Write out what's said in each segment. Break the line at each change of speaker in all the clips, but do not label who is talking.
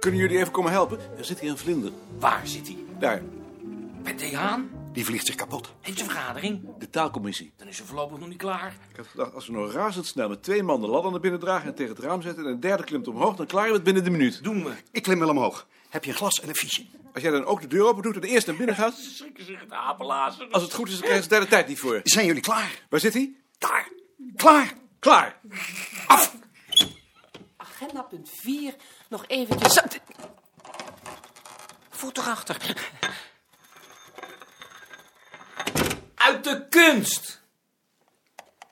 jullie even komen helpen? Er zit hier een vlinder.
Waar zit hij?
Daar,
Bij De Haan?
die vliegt zich kapot.
Heeft zijn vergadering?
De taalcommissie.
Dan is ze voorlopig nog niet klaar.
Ik had gedacht, als we nou razendsnel met twee man de ladder naar binnen dragen... en tegen het raam zetten en een derde klimt omhoog... dan klaren we het binnen de minuut.
Doen we.
Ik klim wel omhoog. Heb je een glas en een fiche?
Als jij dan ook de deur open doet en eerst naar binnen gaat...
Ze schrikken zich het apenlazen.
Oh,
als het goed is, dan krijgen ze daar de tijd niet voor.
Zijn jullie klaar?
Waar zit hij?
Daar. Klaar.
Klaar!
Af.
Agenda punt 4. Nog eventjes. Zo, d-
Voet erachter. Uit de kunst!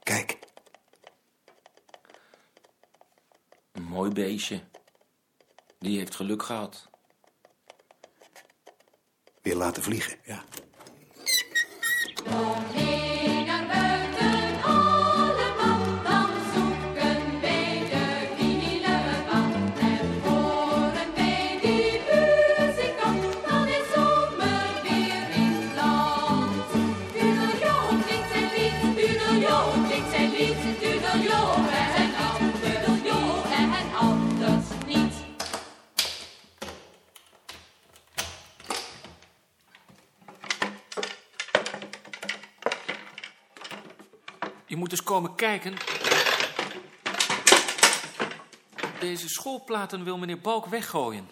Kijk,
Een mooi beestje. Die heeft geluk gehad.
weer laten vliegen.
Ja.
Mee naar buiten allemaal, dan zoeken wij de vinylband. En horen wij die muzikant, dan is zomer weer in het land. Dudeljo klinkt zijn lied, dudeljo klinkt zijn lied, dudeljo en al, dudeljo en anders niet.
Je moet eens komen kijken. Deze schoolplaten wil meneer Balk weggooien.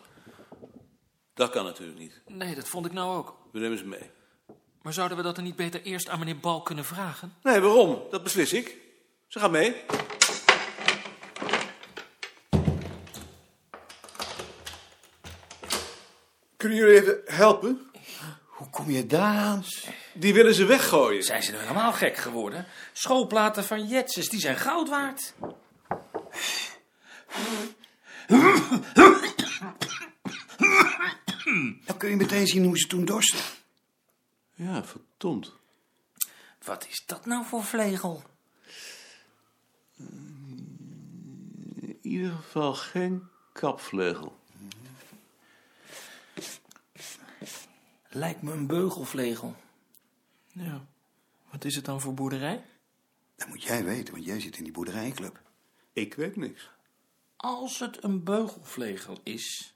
Dat kan natuurlijk niet.
Nee, dat vond ik nou ook.
We nemen ze mee.
Maar zouden we dat dan niet beter eerst aan meneer Balk kunnen vragen?
Nee, waarom? Dat beslis ik. Ze gaan mee. Kunnen jullie even helpen?
Hoe kom je daar aan?
Die willen ze weggooien.
Zijn ze nou helemaal gek geworden? Schoolplaten van Jetses, die zijn goud waard.
Dan Nou, kun je meteen zien hoe ze toen dorsten.
Ja, verdomd.
Wat is dat nou voor vlegel?
In ieder geval geen kapvleugel.
Lijkt me een beugelvlegel.
Ja. Wat is het dan voor boerderij?
Dat moet jij weten, want jij zit in die boerderijclub.
Ik weet niks.
Als het een beugelvlegel is,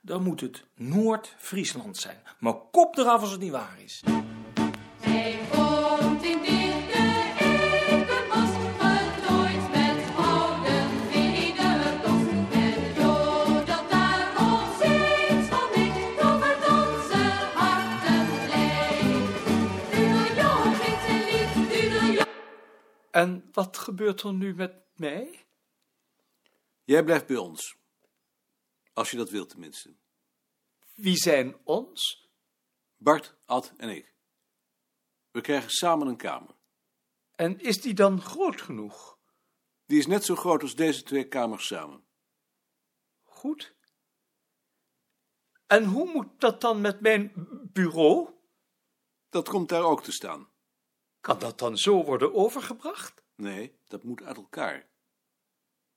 dan moet het Noord-Friesland zijn. Maar kop eraf als het niet waar is.
Zij woont in dichte eikenbos, getooid met gouden vederkost. En jodelt daar nog steeds van ik, tovert onze harten blij. Dudeljo klinkt zijn lied, dudeljo.
En wat gebeurt er nu met mij?
Jij blijft bij ons. Als je dat wilt, tenminste.
Wie zijn ons?
Bart, Ad en ik. We krijgen samen een kamer.
En is die dan groot genoeg?
Die is net zo groot als deze twee kamers samen.
Goed. En hoe moet dat dan met mijn bureau?
Dat komt daar ook te staan.
Kan dat dan zo worden overgebracht?
Nee, dat moet uit elkaar.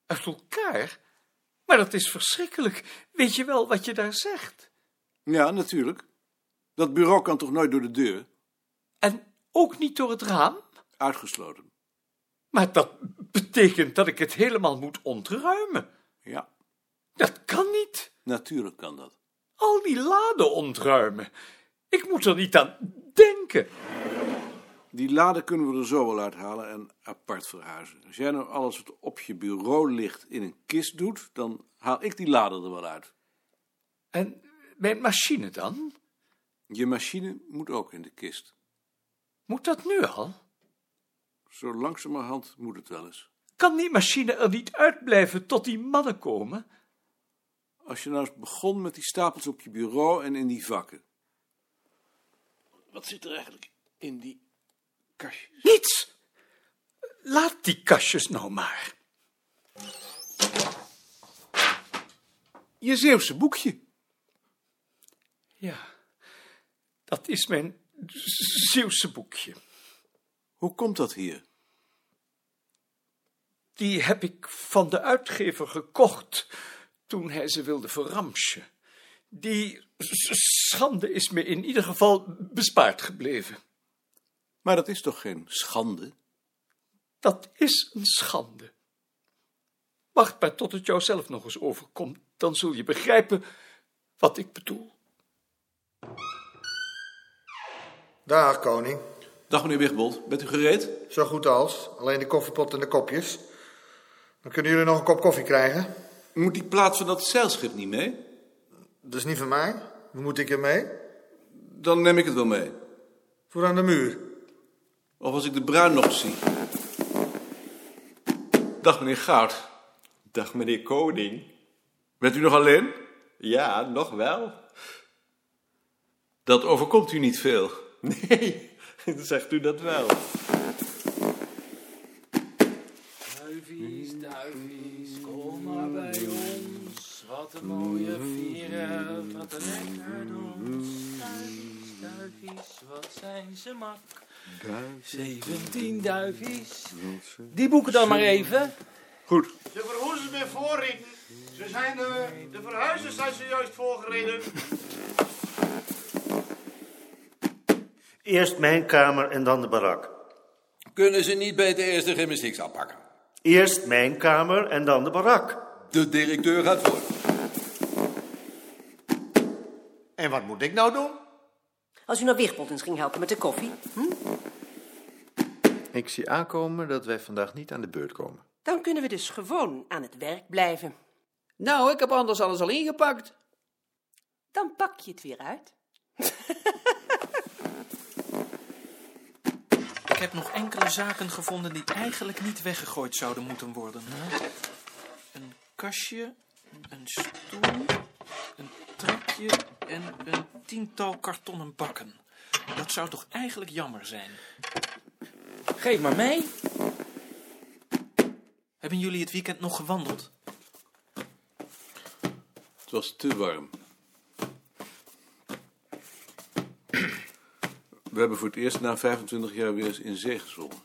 Uit elkaar? Maar dat is verschrikkelijk. Weet je wel wat je daar zegt?
Ja, natuurlijk. Dat bureau kan toch nooit door de deur?
En ook niet door het raam?
Uitgesloten.
Maar dat betekent dat ik het helemaal moet ontruimen.
Ja,
Dat kan niet.
natuurlijk kan dat.
Al die laden ontruimen. Ik moet er niet aan denken.
Die laden kunnen we er zo wel uithalen en apart verhuizen. Als jij nou alles wat op je bureau ligt in een kist doet, dan haal ik die laden er wel uit.
En mijn machine dan?
Je machine moet ook in de kist.
Moet dat nu al?
Zo langzamerhand moet het wel eens.
Kan die machine er niet uitblijven tot die mannen komen?
Als je nou eens begon met die stapels op je bureau en in die vakken. Wat zit er eigenlijk in die kastjes?
Niets! Laat die kastjes nou maar.
Je Zeeuwse boekje.
Ja, dat is mijn Zeeuwse boekje.
Hoe komt dat hier?
Die heb ik van de uitgever gekocht toen hij ze wilde verramsje. Die s- schande is me in ieder geval bespaard gebleven.
Maar dat is toch geen schande?
Dat is een schande. Wacht maar tot het jou zelf nog eens overkomt, dan zul je begrijpen
wat ik bedoel.
Daar, koning.
Dag meneer Wigbold, bent u gereed?
Zo goed als. Alleen de koffiepot en de kopjes. Dan kunnen jullie nog een kop koffie krijgen.
Moet die plaats van dat zeilschip niet mee?
Dat is niet van mij. Hoe moet ik ermee?
Dan neem ik het wel mee.
Voor aan de muur.
Of als ik de bruin nog zie. Dag meneer Goud.
Dag meneer Koning.
Bent u nog alleen?
Ja, nog wel.
Dat overkomt u niet veel.
Nee, zegt u dat wel.
Duivies, duivies, kom maar bij ons. Wat een mooie vieren, wat een lekker dons. Duivies, duivies, wat zijn ze mak. 17 duivies. Die boeken dan maar even.
De verhoezers weer voorritten. Ze zijn eh, de, de verhuizers zijn zojuist voorgereden. Eerst mijn kamer en dan de barak.
Kunnen ze niet beter eerst de gymnastiek aanpakken?
Eerst mijn kamer en dan de barak.
De directeur gaat voor.
En wat moet ik nou doen?
Als u nou Wigbold eens ging helpen met de koffie.
Ik zie aankomen dat wij vandaag niet aan de beurt komen.
Dan kunnen we dus gewoon aan het werk blijven.
Nou, ik heb anders alles al ingepakt.
Dan pak je het weer uit.
Ik heb nog enkele zaken gevonden die eigenlijk niet weggegooid zouden moeten worden. Hè? Een kastje, een stoel, een trekje en een tiental kartonnen bakken. Dat zou toch eigenlijk jammer zijn?
Geef maar mee.
Hebben jullie het weekend nog gewandeld?
Het was te warm. We hebben voor het eerst na 25 jaar weer eens in zee gezongen.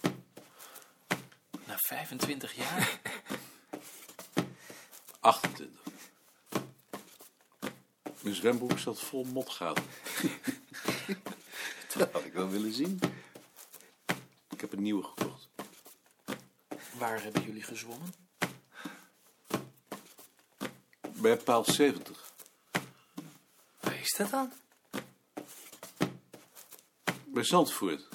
Na 25 jaar?
28. Mijn zwembroek zat vol motgaten.
Dat had ik wel willen zien.
Ik heb een nieuwe gekocht.
Waar hebben jullie gezwommen?
Bij paal 70.
Waar is dat dan?
Bij Zandvoort.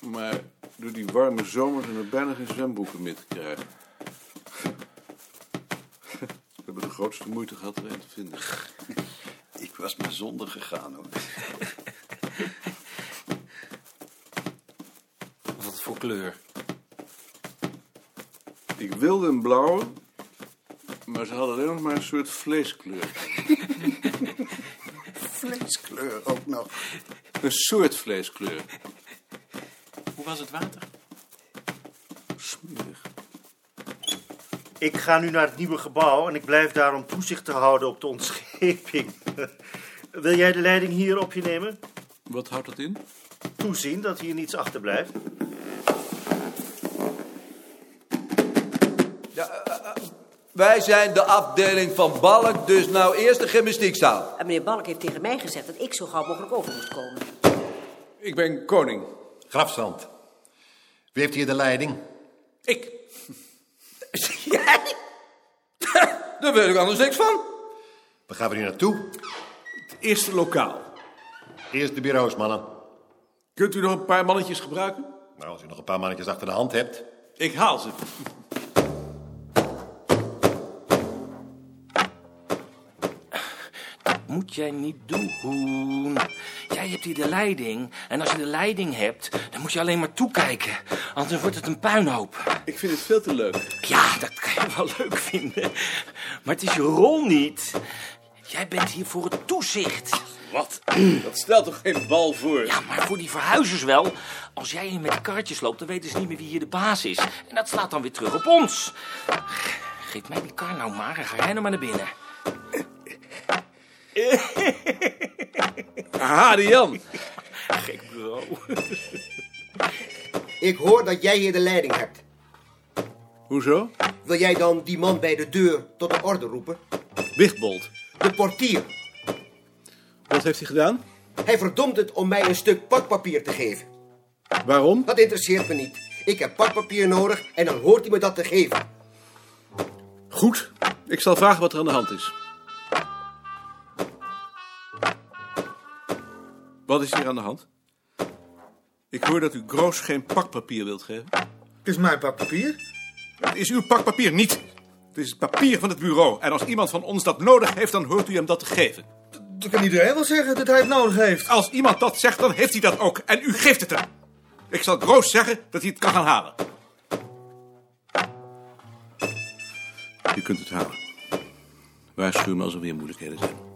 Maar door die warme zomer zijn er bijna geen zwembroeken meer te krijgen. We hebben de grootste moeite gehad er een te vinden.
Ik was maar zonder gegaan hoor.
Wat voor kleur?
Ik wilde een blauwe, maar ze hadden alleen nog maar een soort vleeskleur.
Vleeskleur ook nog.
Een soort vleeskleur.
Hoe was het water?
Smerig.
Ik ga nu naar het nieuwe gebouw en ik blijf daar om toezicht te houden op de ontscheping. Wil jij de leiding hier op je nemen?
Wat houdt dat in?
Toezien dat hier niets achterblijft.
Wij zijn de afdeling van Balk, dus nou eerst de gymnastiekzaal.
En meneer Balk heeft tegen mij gezegd dat ik zo gauw mogelijk over moet komen.
Ik ben koning.
Grafstand. Wie heeft hier de leiding?
Ik. Jij? Daar weet ik anders niks van.
Waar gaan we nu naartoe?
Het eerste lokaal.
Eerst de bureaus, mannen.
Kunt u nog een paar mannetjes gebruiken?
Nou, als u nog een paar mannetjes achter de hand hebt.
Ik haal ze.
Moet jij niet doen. Jij hebt hier de leiding. En als je de leiding hebt, dan moet je alleen maar toekijken. Anders wordt het een puinhoop.
Ik vind het veel te leuk.
Ja, dat kan je wel leuk vinden. Maar het is je rol niet. Jij bent hier voor het toezicht.
Wat? Dat stelt toch geen bal voor?
Ja, maar voor die verhuizers wel. Als jij hier met de karretjes loopt, dan weten ze niet meer wie hier de baas is. En dat slaat dan weer terug op ons. Geef mij die kar nou maar en ga jij nou maar naar binnen.
Aha, die Jan.
Ik hoor dat jij hier de leiding hebt.
Hoezo?
Wil jij dan die man bij de deur tot de orde roepen?
Wichtbold.
De portier.
Wat heeft hij gedaan?
Hij verdomt het om mij een stuk pakpapier te geven.
Waarom?
Dat interesseert me niet. Ik heb pakpapier nodig en dan hoort hij me dat te geven.
Goed. Ik zal vragen wat er aan de hand is. Wat is hier aan de hand? Ik hoor dat u Groos geen pakpapier wilt geven.
Het is mijn pakpapier.
Het is uw pakpapier niet. Het is het papier van het bureau. En als iemand van ons dat nodig heeft, dan hoort u hem dat te geven.
Dat kan iedereen wel zeggen dat hij het nodig heeft.
Als iemand dat zegt, dan heeft hij dat ook. En u geeft het hem. Ik zal Groos zeggen dat hij het kan gaan halen. U kunt het halen. Waarschuw me als er weer moeilijkheden zijn.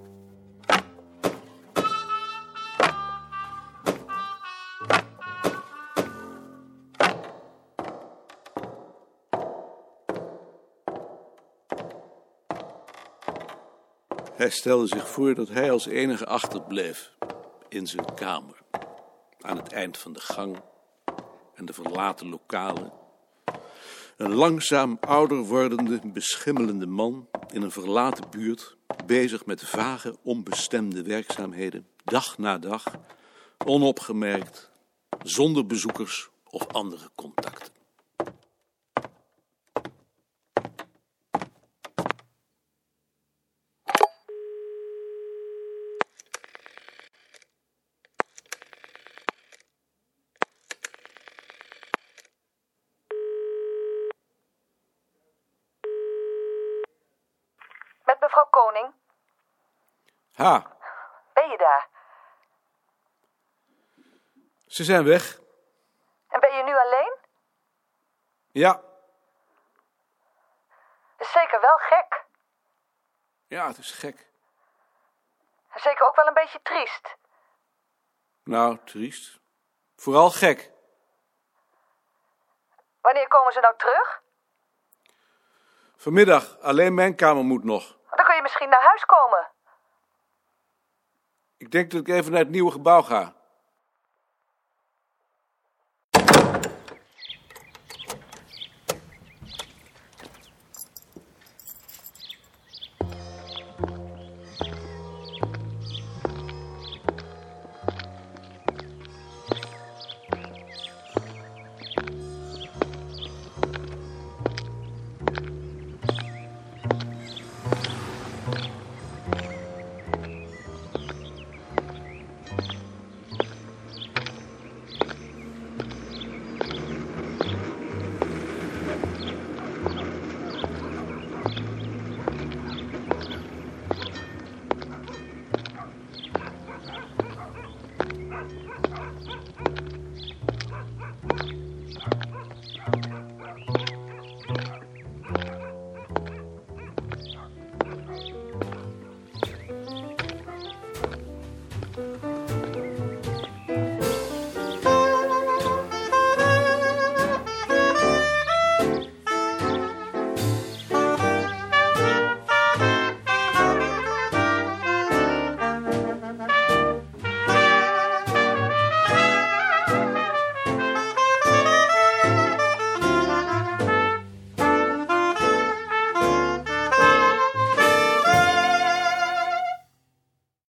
Hij stelde zich voor dat hij als enige achterbleef in zijn kamer. Aan het eind van de gang en de verlaten lokalen. Een langzaam ouder wordende, beschimmelende man in een verlaten buurt, bezig met vage, onbestemde werkzaamheden, dag na dag, onopgemerkt, zonder bezoekers of andere contacten.
Met mevrouw Koning,
Ha,
ben je daar?
ze zijn weg.
En ben je nu alleen?
Ja,
Dat is zeker wel gek.
ja, het is gek.
En zeker ook wel een beetje triest.
Nou, triest. Vooral gek.
Wanneer komen ze nou terug?
Vanmiddag, alleen mijn kamer moet nog.
Dan kun je misschien naar huis komen.
Ik denk dat ik even naar het nieuwe gebouw ga.